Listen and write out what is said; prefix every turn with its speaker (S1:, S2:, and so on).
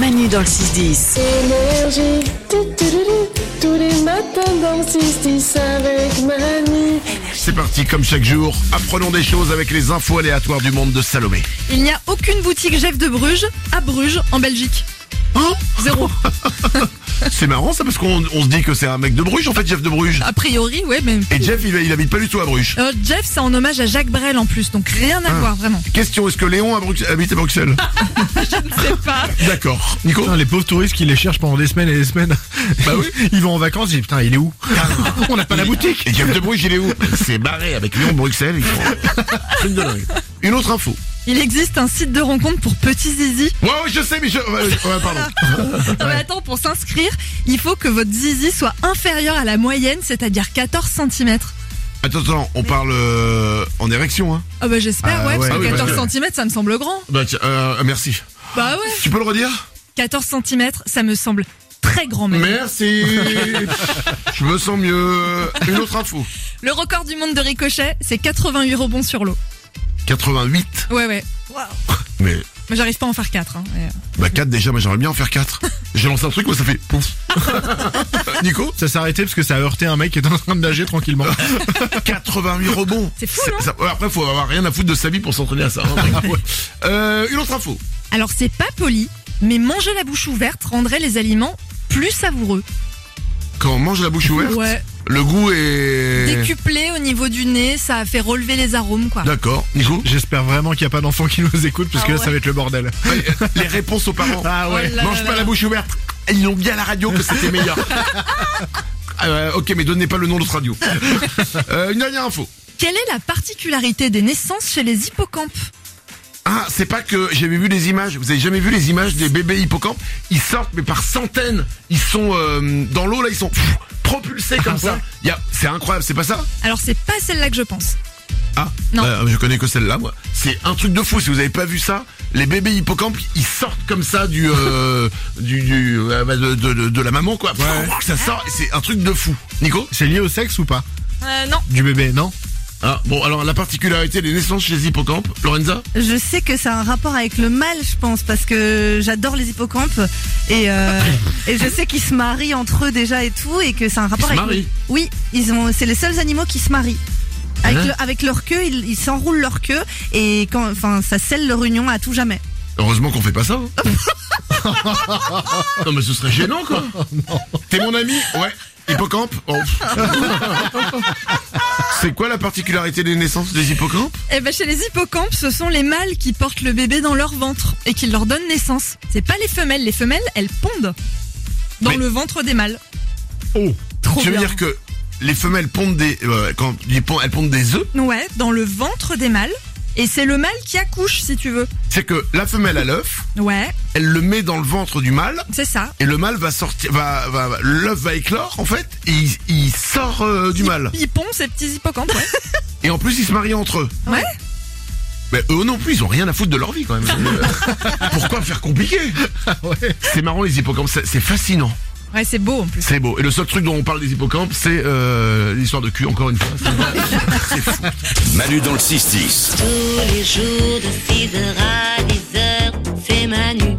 S1: Manu dans le 6-10.
S2: Énergie, tu, tu, tu, tu, tous les matins dans le 6-10 avec Manu.
S3: C'est parti, comme chaque jour, apprenons des choses avec les infos aléatoires du monde de Salomé.
S4: Il n'y a aucune boutique Jeff de Bruges à Bruges en Belgique.
S3: Hein
S4: Zéro.
S3: C'est marrant ça parce qu'on on se dit que c'est un mec de Bruges en fait, Jeff de Bruges.
S4: A priori, ouais, mais.
S3: Et Jeff, il, il habite pas du tout à Bruges.
S4: Euh, Jeff, c'est en hommage à Jacques Brel en plus, donc rien
S1: Ah.
S4: à voir vraiment.
S3: Question, est-ce que Léon à Brux- habite à Bruxelles
S4: C'est pas.
S3: D'accord. Nico
S5: Putain, les pauvres touristes qui les cherchent pendant des semaines et des semaines. Bah oui. Ils vont en vacances, ils disent putain, il est où On n'a pas la boutique.
S3: Et Jeff de Bruges, il est où C'est barré avec Léon de Bruxelles. il faut- Truc de dingue. Une autre info.
S4: Il existe un site de rencontre pour petits zizi.
S3: Ouais, ouais, je sais, mais je. ouais, ouais, pardon.
S4: Non, mais attends, pour s'inscrire, il faut que votre zizi soit inférieur à la moyenne, c'est-à-dire 14 cm.
S3: Attends, attends, on parle euh, en érection, hein
S4: Ah bah j'espère,
S5: Ah
S4: ouais, parce
S5: ouais,
S4: que
S3: oui,
S4: 14
S3: parce
S4: cm, ça me semble grand.
S3: Bah, tiens, euh, merci.
S4: Bah ouais.
S3: Tu peux le redire
S4: 14 cm, ça me semble très grand même.
S3: Merci. je me sens mieux. Une autre info.
S4: Le record du monde de ricochet, c'est 88 rebonds sur l'eau.
S3: 88.
S4: Ouais, ouais.
S3: Mais
S4: Mais j'arrive pas à en faire hein, 4.
S3: Bah 4 déjà, mais j'aimerais bien en faire 4. J'ai lancé un truc, moi ça fait pouf. Nico
S5: Ça s'est arrêté parce que ça a heurté un mec qui était en train de nager tranquillement.
S3: 88 rebonds.
S4: C'est fou, non
S3: ça- ouais, Après, faut avoir rien à foutre de sa vie pour s'entraîner à ça. hein. Ouais. Euh, une autre info.
S4: Alors c'est pas poli, mais manger la bouche ouverte rendrait les aliments plus savoureux.
S3: Quand on mange la bouche ouverte,
S4: Ouais.
S3: le goût est...
S4: Décuplé au niveau du nez, ça a fait relever les arômes, quoi.
S3: D'accord. Nico
S5: J'espère vraiment qu'il n'y a pas d'enfants qui nous écoutent parce que
S4: Ah
S5: là, ça
S4: ouais.
S5: va être le bordel.
S3: Les réponses aux parents.
S5: Ah ouais.
S4: Oh là
S3: mange
S4: là
S3: pas
S4: là.
S3: la bouche ouverte. Ils ont dit à la radio que c'était meilleur. Ah ouais, ok, mais donnez pas le nom de l'autre radio. Euh, une dernière info.
S4: Quelle est la particularité des naissances chez les hippocampes
S3: Ah, c'est pas que j'avais vu les images. Vous avez jamais vu les images des bébés hippocampes Ils sortent, mais par centaines. Ils sont euh, dans l'eau là, ils sont pff, propulsés comme
S5: Ah
S3: ça.
S5: ouais.
S3: Y a- c'est incroyable, c'est pas ça
S4: Alors c'est pas celle-là que je pense.
S3: Ah,
S4: Non.
S3: bah, je connais que celle-là, moi. C'est un truc de fou. Si vous avez pas vu ça, les bébés hippocampes, ils sortent comme ça du, euh, du, du- euh, bah, de, de- de- de la maman, quoi. Pff, Ça sort, et c'est un truc de fou. Nico
S5: C'est lié au sexe ou pas
S4: Euh, non.
S5: Du bébé, non
S3: Ah, bon, alors la particularité des naissances chez les hippocampes, Lorenza
S6: Je sais que ça a un rapport avec le mal, je pense, parce que j'adore les hippocampes et, euh, et je sais qu'ils se marient entre eux déjà et tout et que c'est un rapport
S3: Ils
S6: avec.
S3: se
S6: le-
S3: marient
S6: Oui, ils ont. C'est les seuls animaux qui se marient. Avec,
S3: Hein
S6: le- avec leur queue, ils ils s'enroulent leur queue et quand, enfin, ça scelle leur union à tout jamais.
S3: Heureusement qu'on fait pas ça. hein. non mais ce serait gênant quoi.
S4: Oh,
S3: T'es mon ami Ouais. Hippocampe Oh. C'est quoi la particularité des naissances des hippocampes
S4: Eh ben chez les hippocampes, ce sont les mâles qui portent le bébé dans leur ventre et qui leur donnent naissance. C'est pas les femelles, les femelles, elles pondent dans
S3: Mais-
S4: le ventre des mâles.
S3: Oh.
S4: Trop
S3: Tu veux
S4: bien.
S3: dire que les femelles pondent des euh, quand ils pondent- elles pondent des œufs
S4: Ouais, dans le ventre des mâles. Et c'est le mâle qui accouche, si tu veux.
S3: C'est que la femelle a l'œuf,
S4: Ouais,
S3: elle le met dans le ventre du mâle.
S4: c'est ça.
S3: Et le mâle va sortir, va, va- va- l'œuf va éclore en fait, et il, il sort euh, du mâle.
S4: Ils pondent ces petits hippocampes. ouais.
S3: Et en plus, ils se marient entre eux.
S4: Ouais.
S3: Mais eux non plus, ils ont rien à foutre de leur vie quand même. Euh, Pourquoi faire compliqué C'est marrant les hippocampes, c'est c'est fascinant,
S4: Ouais, c'est beau en plus.
S3: c'est beau. Et le seul truc dont on parle des hippocampes, c'est euh, l'histoire de cul encore une fois.
S7: Manu dans le 6-10.
S8: Tous les jours de 6h à 10h, c'est Manu